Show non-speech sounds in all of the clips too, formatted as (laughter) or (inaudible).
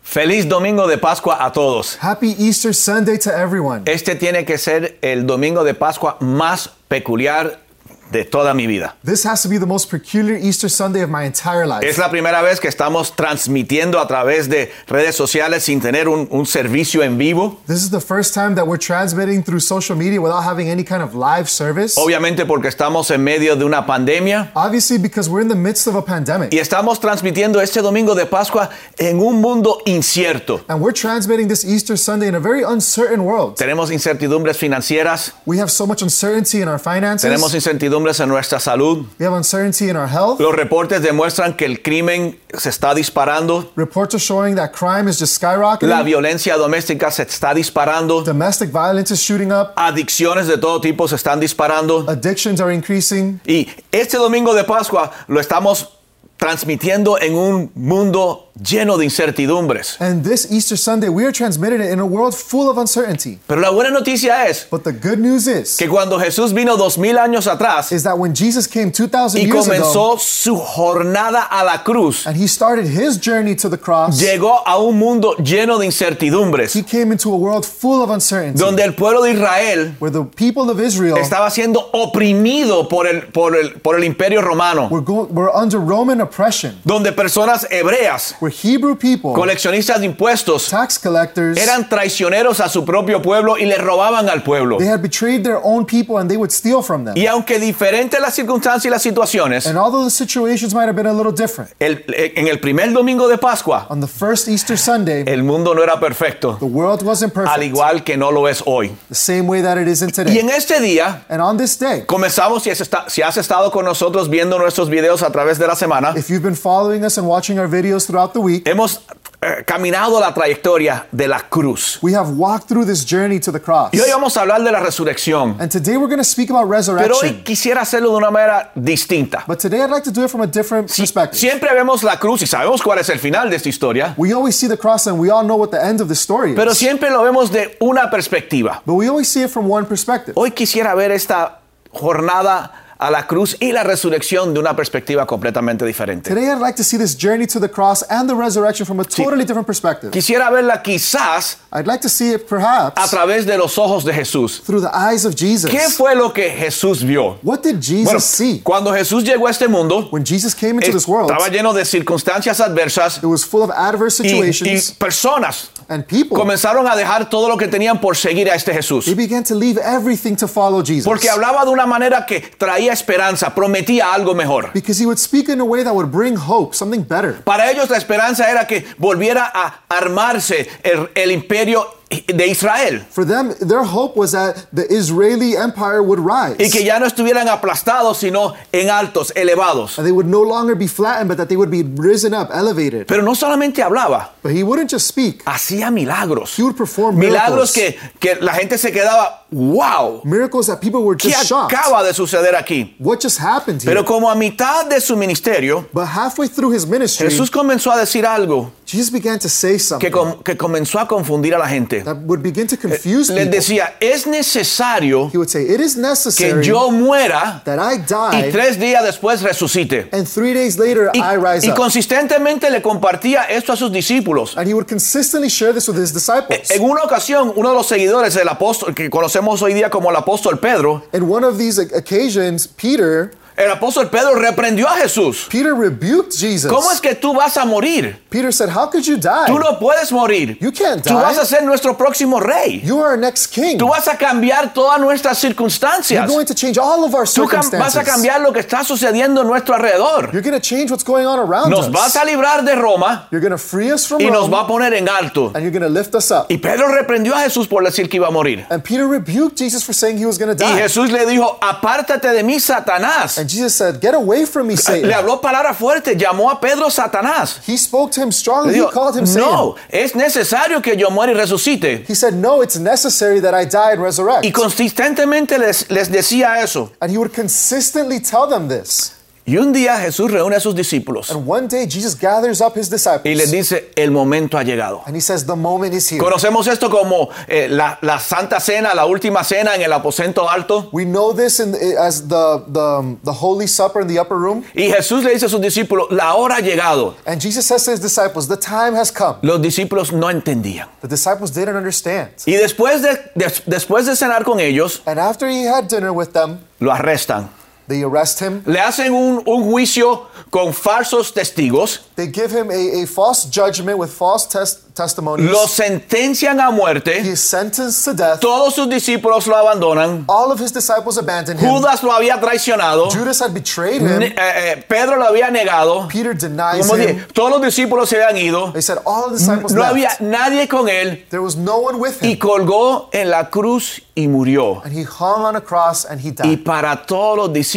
Feliz domingo de Pascua a todos. Happy Easter Sunday to everyone. Este tiene que ser el domingo de Pascua más peculiar de toda mi vida. This has to be the most peculiar Easter Sunday of my entire life. Es la primera vez que estamos transmitiendo a través de redes sociales sin tener un, un servicio en vivo. This is the first time that we're transmitting through social media without having any kind of live service. Obviamente porque estamos en medio de una pandemia. Obviously, because we're in the midst of a pandemic. Y estamos transmitiendo este domingo de Pascua en un mundo incierto. And we're transmitting this Easter Sunday in a very uncertain world. Tenemos incertidumbres financieras, We have so much uncertainty in our finances. tenemos incertidumbres en nuestra salud. We have uncertainty in our health. Los reportes demuestran que el crimen se está disparando, Reports are showing that crime is just la skyrocketing. violencia doméstica se está disparando, Domestic violence is shooting up. adicciones de todo tipo se están disparando. Addictions are increasing. Y este domingo de Pascua lo estamos transmitiendo en un mundo lleno de incertidumbres. And this Easter Sunday, we are transmitting it in a world full of uncertainty. Pero la buena noticia es But the good news is, que cuando Jesús vino dos mil años atrás is that when Jesus came 2,000 y years ago comenzó su jornada a la cruz, and he started his journey to the cross, llegó a un mundo lleno de he incertidumbres, came into a world full of uncertainty donde el pueblo de Israel where the people of Israel estaba siendo oprimido por el, por el, por el imperio romano, were, go- were under Roman oppression, donde personas hebreas, where Hebrew people, coleccionistas de impuestos, tax collectors, eran traicioneros a su propio pueblo y le robaban al pueblo. they had betrayed their own people and they would steal from them. Y aunque diferentes las circunstancias y las situaciones, And although the situations might have been a little different, el- en el primer domingo de Pascua, on the first Easter Sunday, el mundo no era perfecto, the world wasn't Eh, al perfect, igual que no lo es hoy. the same way that it isn't Y today. en este día, And on this day, comenzamos, si, has esta- si has estado con nosotros viendo nuestros videos a través de la semana, if you've been following us and watching our videos throughout the week, hemos eh, caminado la trayectoria de la cruz. we have walked through this journey to the cross. Y hoy vamos a hablar de la resurrección, And today we're going to speak about pero hoy resurrection. quisiera hacerlo de una manera distinta. But today I'd like to do it from a different Si- perspective. siempre vemos la cruz y sabemos cuál es el final de esta historia, We always see the cross and we all know what the end of the story pero is. siempre lo vemos de una perspectiva. But we always see it from one perspective. Hoy quisiera ver esta jornada a la cruz y la resurrección de una perspectiva completamente diferente. Today I'd like to see this journey to the cross and the resurrection from a totally different perspective. Quisiera verla quizás I'd like to see it a perhaps través de los ojos de Jesús. through the eyes of ¿Qué Jesus. fue lo que Jesús vio? What did Bueno, Jesus see? cuando Jesús llegó a este mundo, When Jesus came into this world, estaba it lleno de circunstancias adversas was full of adverse y, y situations personas and people. comenzaron a dejar todo lo que tenían por seguir a este Jesús. They began to leave everything to follow Jesus. Porque hablaba de una manera que traía esperanza, prometía algo mejor. Because he would speak in a way that would bring hope, something better. Para ellos la esperanza era que volviera a armarse el, el imperio de Israel For them, their hope was that the Israeli empire would rise. y que ya no estuvieran aplastados, sino en altos, elevados. And they would no longer be flattened, but that they would be risen up, elevated. Pero no solamente hablaba, But he wouldn't just speak, hacía milagros. he would perform Milagros miracles. que, que la gente se quedaba, wow, Miracles that people were ¿qué just shocked. acaba de suceder aquí? What just happened here? Pero como a mitad de su ministerio, But halfway through his ministry, Jesús comenzó a decir algo Jesus began to say que, something com- que comenzó a confundir a la gente. that would begin to confuse Les people. decía, es necesario He would say, It is que necessary yo muera that I y die, tres días después resucite. and three days later Y, I rise y up. consistentemente le compartía esto a sus discípulos. And he would consistently share this with his disciples. e En una ocasión, uno de los seguidores del apóstol, que conocemos hoy día como el apóstol Pedro, In one of these occasions, Peter el apóstol Pedro reprendió a Jesús. Peter rebuked Jesus. ¿Cómo es que tú vas a morir? Peter said, "How could you die? Tú no puedes morir. You can't Tú vas die. a ser nuestro próximo rey. you are our next king. Tú vas a cambiar todas nuestras You're circunstancias. going to change all of our Tú cam- vas circumstances. a cambiar lo que está sucediendo a nuestro alrededor. You're going to change what's going on around Nos us. vas a librar de Roma You're going to free us from y Rome, nos va a poner en alto. and you're going to lift us up." Y Pedro reprendió a Jesús por decir que iba a morir. and Peter rebuked Jesus for saying he was going to Y die. Jesús le dijo, apártate de mí, Satanás. and Jesus said, "Get away from me, Satan." Le habló palabra fuerte, llamó a Pedro Satanás. he spoke to him Le strongly. dijo, Oh, he called him no, Satan. es necesario que yo muera y resucite. He said, "No, it's necessary that I die and resurrect." Y consistentemente les, les decía eso. and he would consistently tell them this. Y un día Jesús reúne a sus discípulos And one day Jesus gathers up his y les disciples dice, el momento ha llegado. and he says, The moment is here. Conocemos esto como eh, la, la Santa Cena, la última cena en el aposento alto. We know this in, as the, the, um, the Holy Supper in the upper room. Y Jesús le dice a sus discípulos, la hora ha llegado. And Jesus says to his disciples, The time has come. Los discípulos no entendían. The disciples didn't understand. Y después de, des- después de cenar con ellos, And after he had dinner with them, lo arrestan. they arrest him. Le hacen un, un juicio con falsos testigos, They give him a, a false judgment with false tes- testimonies. lo sentencian a he muerte, is sentenced to death. todos sus discípulos lo abandonan, All of his disciples abandoned him. Judas lo había traicionado, Judas had betrayed ne- him. eh, eh, Pedro lo había negado, Peter denies como him. dije, todos los discípulos se habían ido, They said all the disciples no left. había nadie con él There was no one with y him. colgó en la cruz y murió. And he hung on a cross and he Y died. para todos los discípulos,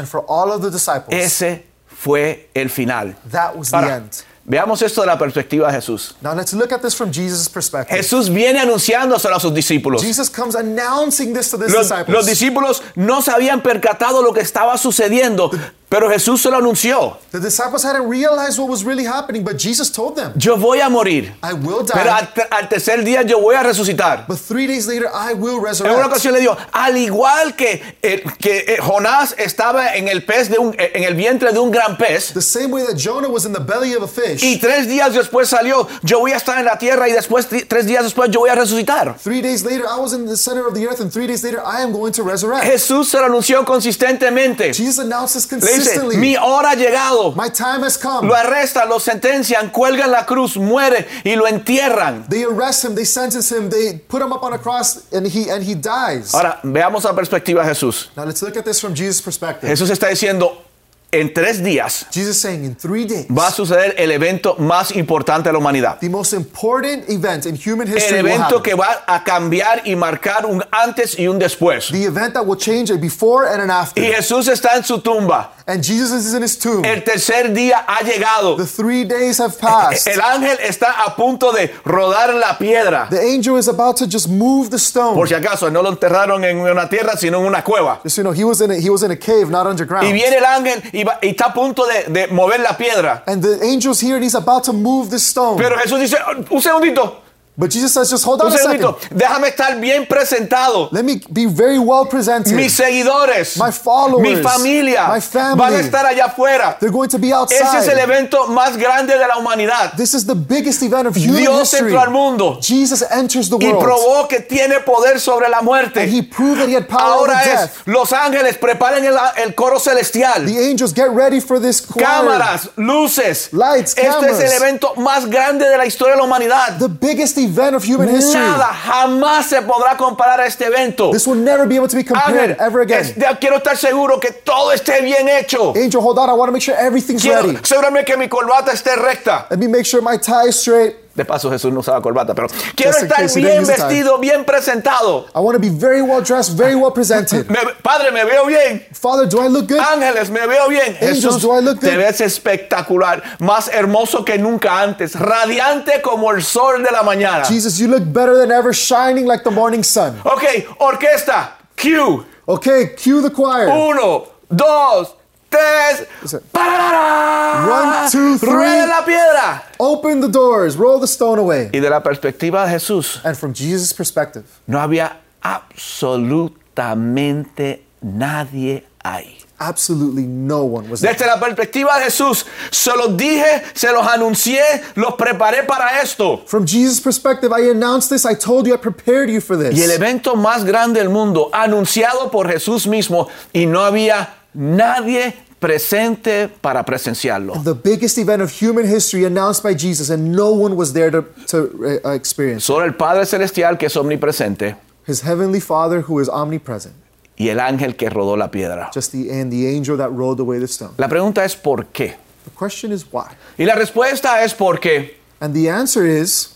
And for all of the disciples, ese fue el final. that was the Ahora, end. veamos esto de la perspectiva de Jesús. Now let's look at this from Jesus' perspective. Jesús viene anunciándoselo a sus discípulos. Jesus comes announcing this to the Los, disciples. los discípulos no se habían percatado lo que estaba sucediendo, pero Jesús se lo anunció. the disciples hadn't realized what was really happening, but Jesus told them, Yo voy a morir, I will die, pero al, te- al tercer día yo voy a resucitar. but three days later I will En una resurrect. ocasión le dijo, al igual que, eh, que eh, Jonás estaba en el, pez de un, eh, en el vientre de un gran pez, The same way that Jonah was in the belly of a fish, y tres días después salió, yo voy a estar en la tierra y después, tri- tres días después yo voy a resucitar. three days later I was in the center of the earth, and three days later I am going to resurrect. Jesús se lo anunció consistentemente. Jesus announces Le dice, consistently, mi hora ha llegado. My time has come. Lo arrestan, lo sentencian, cuelgan la cruz, muere y lo entierran. They arrest him, they sentence him, they put him up on a cross, and he and he dies. Ahora, veamos la perspectiva de Jesús. Now let's look at this from Jesus' perspective. Jesús está diciendo, en tres días Jesus is saying in three days, va a suceder el evento más importante de la humanidad. the most important event in human El history will evento happen. que va a cambiar y marcar un antes y un después. the event that will change a before and an after. Y Jesús está en su tumba. And Jesus is in his tomb. El tercer día ha llegado. the three days have passed. El ángel está a punto de rodar la piedra. the angel is about to just move the stone. Por si acaso, no lo enterraron en una tierra, sino en una cueva. Just so you know, he was in a, he was in a cave, not underground. Y viene el ángel y, va- y está a punto de, de mover la piedra. and the angel's here, and he's about to move the stone. Pero Jesús dice, un segundito, but Jesus says, just hold on un a second. segundito, déjame estar bien presentado. Let me be very well presented. Mis seguidores, My followers, mi familia my family. van a estar allá afuera. They're going to be Ese outside. es el evento más grande de la humanidad. This is the biggest event of human Dios history. entró al mundo Jesus enters the y world. probó que tiene poder sobre la and he muerte. proved that he had power over Ahora es, death. los ángeles preparen el, el coro celestial. The angels get ready for this choir. Cámaras, luces. Lights, este es cameras. el evento más grande de la historia de la humanidad. The biggest event of human history. Nada jamás se podrá comparar a este evento. This will never be able to be compared Ángel, ever again. es- ya quiero estar seguro que todo esté bien hecho. Angel, hold on. I want to make sure everything's Quiero ready. asegurarme que mi corbata esté recta. Let me make sure my tie is straight. De paso, Jesús no usaba corbata, pero quiero Just in estar case he bien didn't use a tie. vestido, bien presentado. I want to be very well dressed, very well (laughs) presented. Me- padre, me veo bien. Father, do I look good? Ángeles, me veo bien. Angels, Jesús, do I look te good? ves espectacular, más hermoso que nunca antes, radiante como el sol de la mañana. Jesus, you look better than ever, shining like the morning sun. Ok, orquesta, Q. Okay, cue the choir. Uno, dos, tres. Listen. ¡Pararara! One, two, three. Rueda la piedra. Open the doors, roll the stone away. Y de la perspectiva de Jesús, And from Jesus' perspective, no había absolutamente nadie ahí. absolutely no one was there. Desde la perspectiva de Jesús, se los dije, se los anuncié, los preparé para esto. From Jesus' perspective, I announced this, I told you, I prepared you for Y el this. evento más grande del mundo, anunciado por Jesús mismo, y no había nadie presente para presenciarlo. The biggest event of human history announced by Jesus, and no one was there to, to uh, experience. Solo el Padre Celestial, que es omnipresente, His heavenly Father, who is omnipresent, y el ángel que rodó la piedra. just the and the angel that rolled away the stone. La pregunta es ¿por qué? The question is why, Y la respuesta es porque and the answer is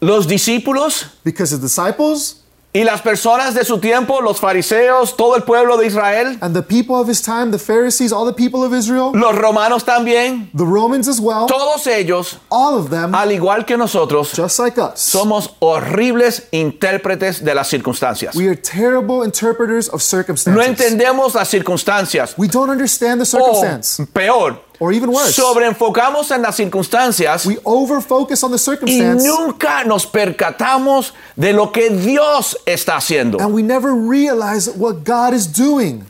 los discípulos because his disciples Y las personas de su tiempo, los fariseos, todo el pueblo de Israel, And the people of his time, the Pharisees, all the people of Israel, los romanos también, the Romans as well, todos ellos, all of them, al igual que nosotros, just like us, somos horribles intérpretes de las circunstancias. we are terrible interpreters of No circumstances. entendemos las circunstancias. We don't understand the O circumstance. peor, Or even worse. sobreenfocamos en las circunstancias We overfocus on the y circumstance nunca nos percatamos de lo que Dios está haciendo. and we never realize what God is doing.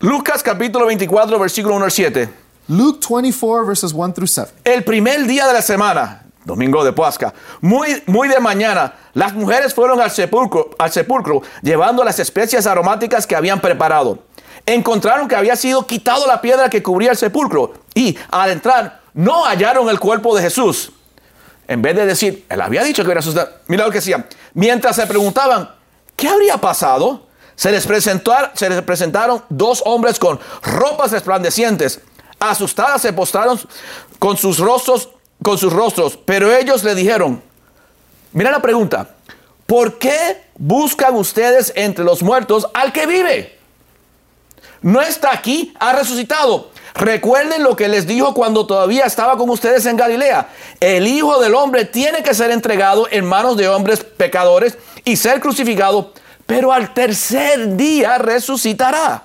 Lucas capítulo 24, versículo 1 al 7. Luke 24, verses 1 through 7. El primer día de la semana, domingo de Pascua, muy, muy de mañana, las mujeres fueron al sepulcro, al sepulcro llevando las especias aromáticas que habían preparado. Encontraron que había sido quitado la piedra que cubría el sepulcro y al entrar no hallaron el cuerpo de Jesús. En vez de decir, él había dicho que era Jesús, mira lo que decían. Mientras se preguntaban, ¿qué habría pasado? Se les, presentar- se les presentaron dos hombres con ropas resplandecientes. Asustadas se postraron con sus rostros, con sus rostros, pero ellos le dijeron, mira la pregunta, ¿por qué buscan ustedes entre los muertos al que vive? No está aquí, ha resucitado. Recuerden lo que les dijo cuando todavía estaba con ustedes en Galilea. El Hijo del Hombre tiene que ser entregado en manos de hombres pecadores y ser crucificado, pero al tercer día resucitará.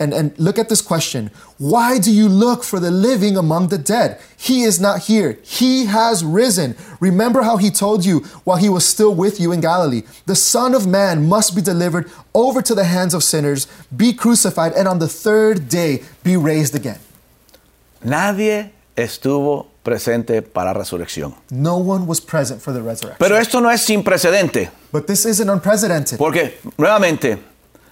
and, and look at this question Why do you look for the living among the dead? He is not here. He has risen. Remember how he told you while he was still with you in Galilee. The Son of Man must be delivered over to the hands of sinners, be crucified, and on the third day be raised again. Nadie estuvo presente para la resurrección. No one was present for the resurrection. Pero esto no es sin precedente, But this isn't unprecedented porque nuevamente,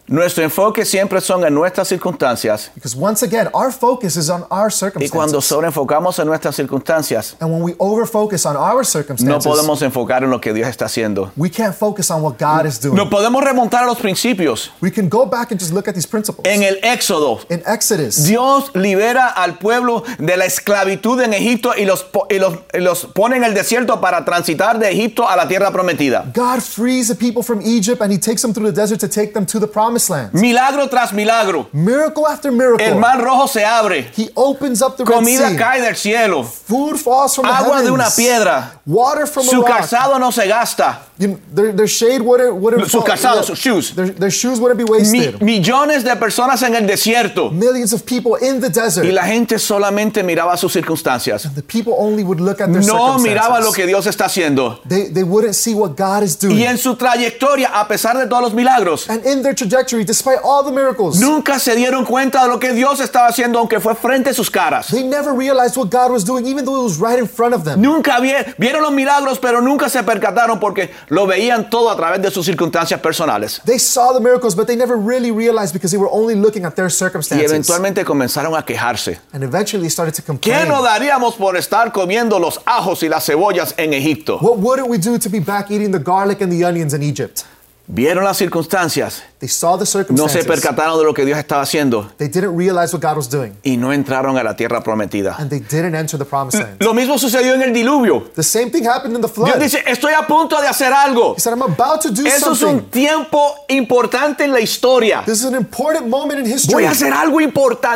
nuestro enfoque siempre son en nuestras circunstancias because once again, our focus is on our y cuando circumstances. sobreenfocamos en nuestras circunstancias, And when we overfocus on our no circumstances, podemos enfocar en lo que Dios está haciendo. we can't focus on what God is doing. Nos podemos remontar a los principios. We can go back and just look at these principles. En el Éxodo, in Exodus, Dios libera al pueblo de la esclavitud en Egipto y los, po- y los, y los pone en el desierto para transitar de Egipto a la tierra prometida. God frees the people from Egypt and he takes them through the desert to take them to the promised land. Milagro tras milagro. Miracle after miracle. El mar rojo se abre. he opens up the Red Comida Sea. cae del cielo. Food falls from the Agua heavens. de una piedra. Water from a Su rock. calzado no se gasta. You- their, their shade wouldn't, wouldn't Sus fall- calzados, sus shoes. Their, their shoes wouldn't be Mi- wasted. millones de personas en el desierto. Millions of people in the desert. Y la gente solamente miraba sus circunstancias. the people only would look at their No circumstances. miraba lo que Dios está haciendo. they, they wouldn't see what God is doing. Y en su trayectoria, a pesar de todos los milagros, and in their trajectory, despite all the miracles, Nunca se dieron cuenta de lo que Dios estaba haciendo, aunque fue frente a sus caras. they never realized what God was doing, even though it was right in front of them. Nunca vi- vieron los milagros, pero nunca se percataron porque lo veían todo a través de sus circunstancias personales. They saw the miracles, but they never really realized because they were only looking at their Y circumstances. eventualmente comenzaron a quejarse. and eventually started to ¿Qué complain. no daríamos por estar comiendo los ajos y las cebollas en Egipto? What wouldn't we do to be back eating the garlic and the onions in Egypt? Vieron las circunstancias, They saw the no se circumstances. percataron de lo que Dios estaba haciendo they didn't realize what God was doing, y no entraron a la tierra prometida. and they didn't enter the promised land. Lo mismo sucedió en el diluvio. The same thing happened in the Mm, Dios flood. dice, estoy a punto de hacer algo. he said, "I'm about to do Eso es something. un tiempo importante en la historia. this is an important moment in Voy history. a hacer algo I'm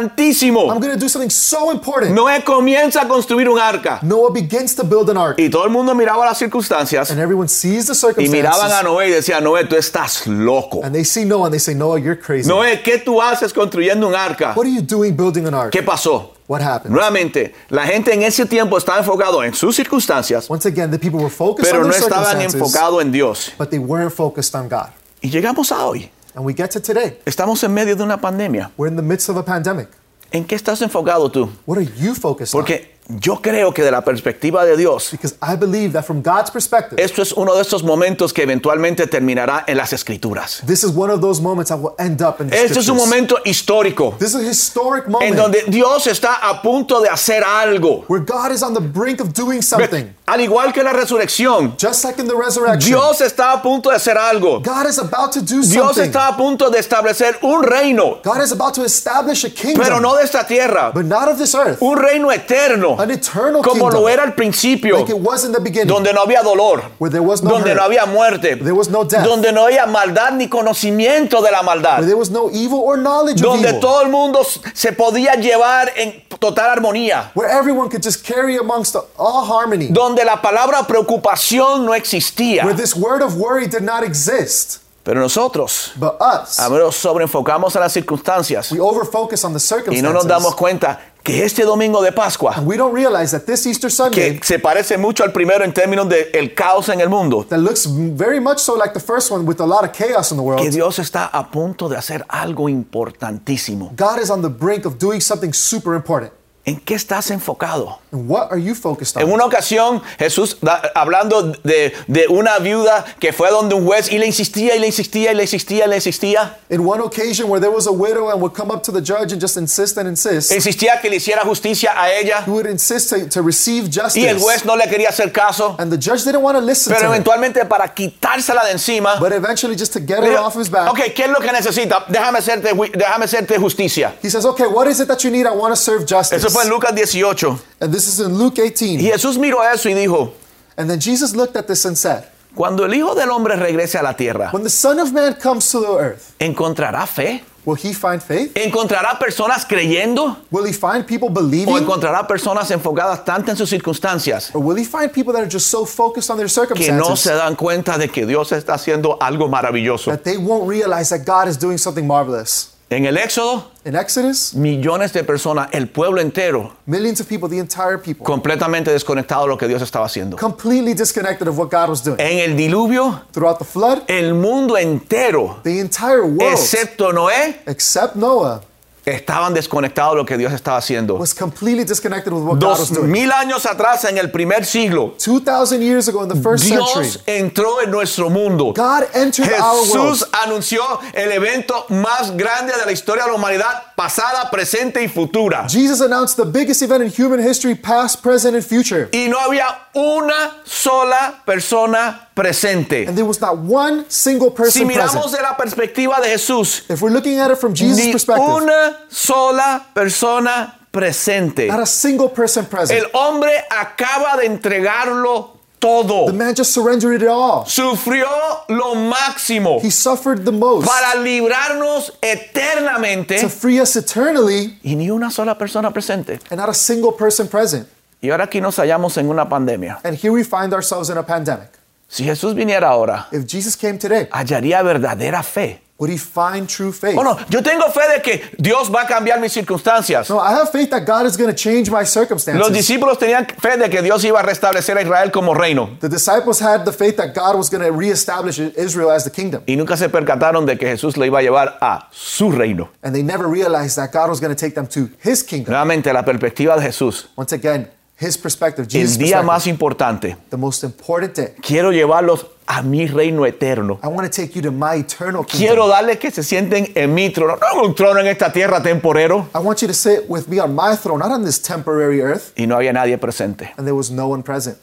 importantísimo. going to do something so important." Noé comienza a construir un arca. Noah begins to build an ark, Y todo el mundo miraba las circunstancias and everyone sees the y circumstances, miraban a Noé y decían, Noé, tú estás loco. and they see Noah, and they say, "Noah, you're crazy. Noé, ¿qué tú haces construyendo un arca? what are you doing building an ark? ¿Qué pasó? what happened?" Nuevamente, la gente en ese tiempo estaba enfocado en sus circunstancias, Once again, the people were focused pero on no their estaban circumstances, enfocados en Dios. but they weren't focused on God. Y llegamos a hoy. And we get to today. Estamos en medio de una pandemia. We're in the midst of a pandemic. ¿En qué estás enfocado tú? What are you focused on? Porque Yo creo que de la perspectiva de Dios, Because I believe that from God's perspective, esto es uno de esos momentos que eventualmente terminará en las escrituras. this is one of those moments I will end up in the Este es un scriptures. momento histórico This is a historic en moment donde Dios está a punto de hacer algo. where God is on the brink of doing something. Al igual que la resurrección, Just like in the resurrection, Dios está a punto de hacer algo. God is about to do Dios something. está a punto de establecer un reino, God is about to establish a kingdom, pero no de esta tierra, but not of this earth, un reino eterno, an eternal como kingdom, lo era al principio, like it was in the beginning, donde no había dolor, where there was no donde hurt, no había muerte, There was no death. donde no había maldad ni conocimiento de la maldad, where there was no evil or knowledge of donde evil, todo el mundo se podía llevar en total armonía, where everyone could just carry amongst all harmony, donde la palabra preocupación no existía. where this word of worry did not exist. Pero nosotros, But us, a menos sobreenfocamos a las circunstancias we overfocus on the y circumstances. no nos damos cuenta que este domingo de Pascua, we don't realize that this Easter Sunday, que se parece mucho al primero en términos del caos en el mundo, that looks very much so like the first one with a lot of chaos in the world, que Dios está a punto de hacer algo importantísimo. God is on the brink of doing something super important. ¿En qué estás enfocado? And what are you focused En on? una ocasión, Jesús, da- hablando de, de una viuda que fue donde un juez y le insistía y le insistía y le insistía y le insistía, In one occasion where there was a widow and would come up to the judge and just insist and insist, insistía que le hiciera justicia a ella who would insist to, to receive y el justice. juez no le quería hacer caso, And the judge didn't want to listen pero to him. eventualmente para quitársela de encima, But eventually, just to get le her dijo, off his back, ok, ¿qué es lo que necesita? Déjame hacerte, ju- déjame hacerte justicia. he says, Okay, what is it that you need? I want to serve justice. Eso fue en Lucas 18. and this is in Luke 18. Y Jesús miró eso y dijo, And then Jesus looked at this and said, cuando el Hijo del Hombre regrese a la tierra, When the Son of Man comes to the earth, ¿encontrará fe? will he find faith? ¿Encontrará personas creyendo? Will he find people ¿O believing? encontrará personas enfocadas tanto en sus circunstancias Or will he find people that are just so focused on their que no circumstances se dan cuenta de que Dios está haciendo algo maravilloso? that they won't realize that God is doing something marvelous? En el Éxodo, In Exodus, millones de personas, el pueblo entero, millions of people, the entire people, completamente desconectado de lo que Dios estaba haciendo. completely disconnected of what God was doing. En el diluvio, Throughout the flood, el mundo entero, the entire world, excepto Noé, except Noah, estaban desconectados de lo que Dios estaba haciendo. was completely disconnected with what God was Dos doing. mil años atrás, en el primer siglo, 2,000 years ago in the first Dios century, entró en nuestro mundo. God entered our world. Jesús anunció el evento más grande de la historia de la humanidad, pasada, presente y futura. Jesus announced the biggest event in human history, past, present, and future. Y no había una sola persona presente. And there was not one single Si person miramos present. de la perspectiva de Jesús, If we're looking at it from Jesus' ni perspective, una sola persona presente. not a single person present. El hombre acaba de entregarlo The todo. man just surrendered it all. Sufrió lo máximo He suffered the most para librarnos eternamente to free us eternally, y ni una sola persona presente. and not a single person present. Y ahora aquí nos hallamos en una pandemia. And here we find ourselves in a pandemic. Si Jesús viniera ahora, If Jesus came today, hallaría verdadera fe. would he find true faith? Oh, no, yo tengo fe de que Dios va a cambiar mis circunstancias. No, I have faith that God is going to change my Los circumstances. discípulos tenían fe de que Dios iba a restablecer a Israel como reino The disciples had the faith that God was going to reestablish Israel as the kingdom, y nunca se percataron de que Jesús le iba a llevar a su reino. and they never realized that God was going to take them to his kingdom. Nuevamente, la perspectiva de Jesús. Once again, his perspective, Jesus' El día perspective, más importante. the most important day. Quiero llevarlos a mi reino eterno. I want to take you to my eternal kingdom. Quiero darles que se sienten en mi trono, no en un trono en esta tierra temporero. I want you to sit with me on my throne, not on this temporary earth. Y no había nadie presente. And there was no one present.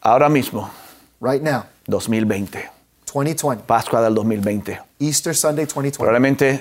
Ahora mismo, Right now, 2020, 2020, Pascua del 2020. Easter Sunday 2020, Probablemente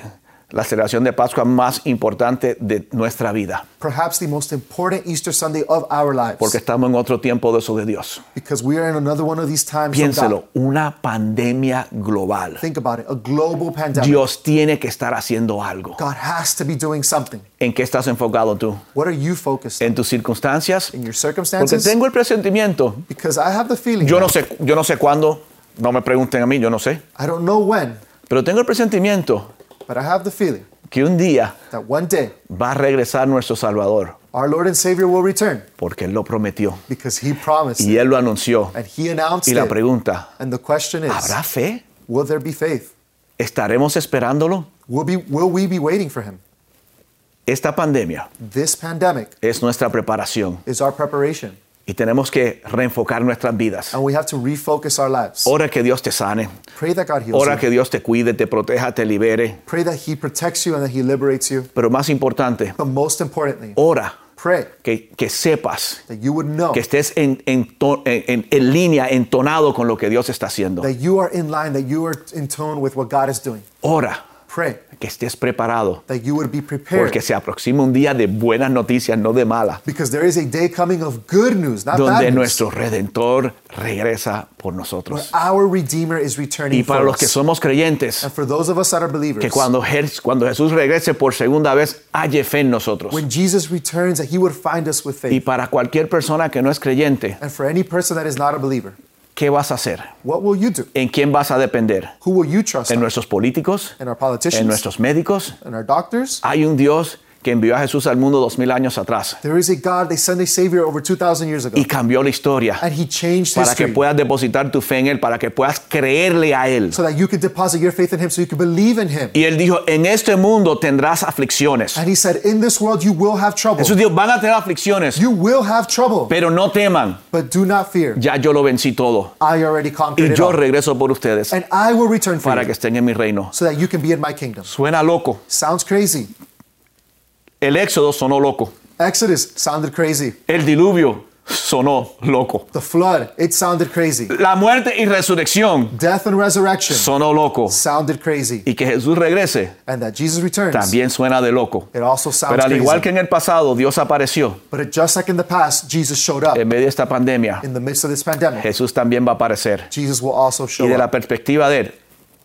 la celebración de Pascua más importante de nuestra vida, perhaps the most important Easter Sunday of our lives. porque estamos en otro tiempo de eso de Dios. Because we are in another one of these times. of God. Piénselo, una pandemia global. Think about it a global pandemic. Dios tiene que estar haciendo algo. God has to be doing something. ¿En qué estás enfocado tú? What are you focused on? ¿En tus circunstancias? In your Porque circumstances? tengo el presentimiento. Because I have the feeling, Yo no that- sé, yo no sé cuándo, no me pregunten a mí, yo no sé, I don't know when, pero tengo el presentimiento but I have the feeling que un día that one day va a regresar nuestro Salvador, our Lord and Savior will return porque él lo prometió because He promised y it él lo anunció. and He announced Y la it. pregunta, And the question is, ¿habrá fe? will there be faith? ¿Estaremos esperándolo? Will, be, will we be waiting for Him? Esta pandemia This pandemic es nuestra preparación is our preparation, y tenemos que reenfocar nuestras vidas. and we have to refocus our lives. Ora que Dios te sane, Pray that God heals ora you. que Dios te cuide, te proteja, te libere, Pray that He protects you and that He liberates you. pero más importante, But most importantly, ora pray que, que sepas that you would know que estés en, en to- en- en- en línea, entonado con lo que Dios está haciendo. that you are in line, that you are in tone with what God is doing. Ora Pray que estés preparado, that you would be prepared. porque se aproxima un día de buenas noticias, no de malas, Because there is a day coming of good news, not donde bad news. nuestro Redentor regresa por where nosotros. our Redeemer is returning Y para for los que us. somos creyentes, and for those of us that are believers, que cuando, Jer- cuando Jesús regrese por segunda vez, halle fe en nosotros. when Jesus returns, that He would find us with Y faith. para cualquier persona que no es creyente, And for any person that is not a believer, ¿qué vas a hacer? what will you do? ¿En quién vas a depender? Who will you trust? ¿En on? nuestros políticos? And our politicians? ¿En nuestros médicos? and our doctors? Hay un Dios que envió a Jesús al mundo dos mil años atrás There is a God, a Sunday Savior over 2,000 years ago. y cambió la historia and He changed para que history puedas depositar tu fe en Él, para que puedas creerle a Él. so that you could deposit your faith in Him, so you could believe in Him. Y Él dijo, en este mundo tendrás aflicciones. And He said, In this world, you will have trouble. Jesús dijo, van a tener aflicciones, You will have trouble, pero no teman, but do not fear. ya yo lo vencí todo. I already conquered Y it yo all. regreso por ustedes And I will return for para que you estén en mi reino. so that you can be in my kingdom. Suena loco. Sounds crazy. El éxodo sonó loco. Exodus sounded crazy. El diluvio sonó loco. The flood, it sounded crazy. La muerte y resurrección Death and resurrection sonó loco. sounded crazy. Y que Jesús regrese And that Jesus returns, también suena de loco. it also sounds Pero al igual crazy. que en el pasado Dios apareció But it, just like in the past, Jesus showed up. en medio de esta pandemia, In the midst of this pandemic, Jesús también va a aparecer. Jesus will also show eh, Y de la up. perspectiva de él,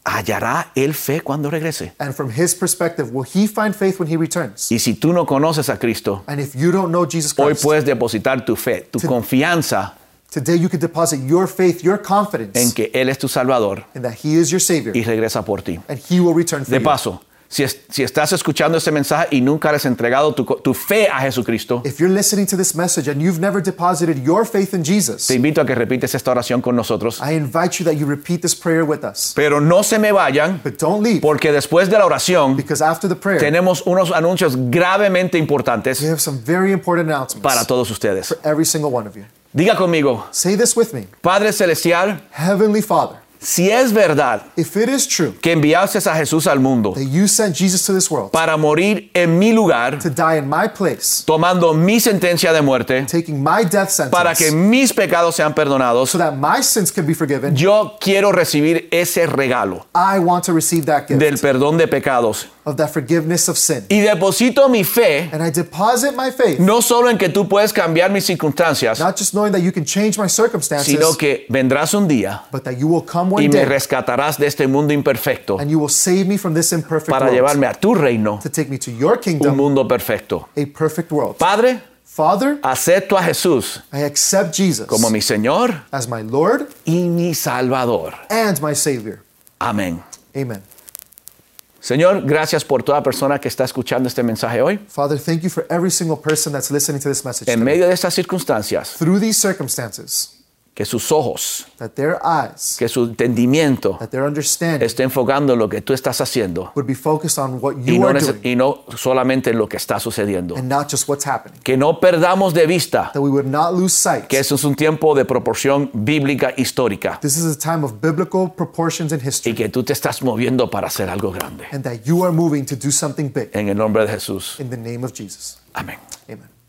hallará él fe cuando regrese. And from his perspective, will he find faith when he returns? Y si tú no conoces a Cristo, And if you don't know Jesus hoy Christ, puedes depositar tu fe, tu confianza today you can deposit your faith, your en confidence que Él es tu Salvador in that he is your Savior y regresa por ti. and he will return for De you. paso, si, es- si estás escuchando este mensaje y nunca has entregado tu, co- tu fe a Jesucristo, If you're listening to this message and you've never deposited your faith in Jesus, te invito a que repites esta oración con nosotros. I invite you that you repeat this prayer with us. Pero no se me vayan, But don't leave porque después de la oración because after the prayer, tenemos unos anuncios gravemente we importantes have some very important announcements para todos ustedes. every single one of you. Diga conmigo, Say this with me Padre Celestial, Heavenly Father, si es verdad if it is true que enviaste a Jesús al mundo that you sent Jesus to this world para morir en mi lugar, to die in my place, tomando mi sentencia de muerte, taking my death sentence para que mis pecados sean perdonados, so that my sins can be forgiven, yo quiero recibir ese regalo I want to receive that gift del perdón de pecados. of that forgiveness of sin. Y deposito mi fe And I deposit my faith, no solo en que tú puedes cambiar mis circunstancias, not just knowing that you can change my circumstances, sino que vendrás un día but that you will come one y me day rescatarás de este mundo imperfecto and you will save me from this imperfect para world llevarme a tu reino, to take me to your un kingdom, mundo perfecto. a perfect world. Padre, Father, acepto a Jesús I accept Jesus como mi Señor as my Lord y mi Salvador. and my Savior. Amén. Amen. Señor, gracias por toda persona que está escuchando este mensaje hoy. Father, thank you for every single person that's listening to this message. En today. medio de estas circunstancias, Through these circumstances, que sus ojos, that their eyes, que su entendimiento that their understanding esté enfocando en lo que tú estás haciendo would be focused on what y you no, are nece- doing y no solamente en lo que está sucediendo. and not just what's happening. Que no perdamos de vista That we would not lose sight. que eso es un tiempo de proporción bíblica histórica This is a time of biblical proportions in y history que tú te estás moviendo para hacer algo grande. and that you are moving to do something big En el nombre de Jesús. in the name of Jesus. Amén. Amen.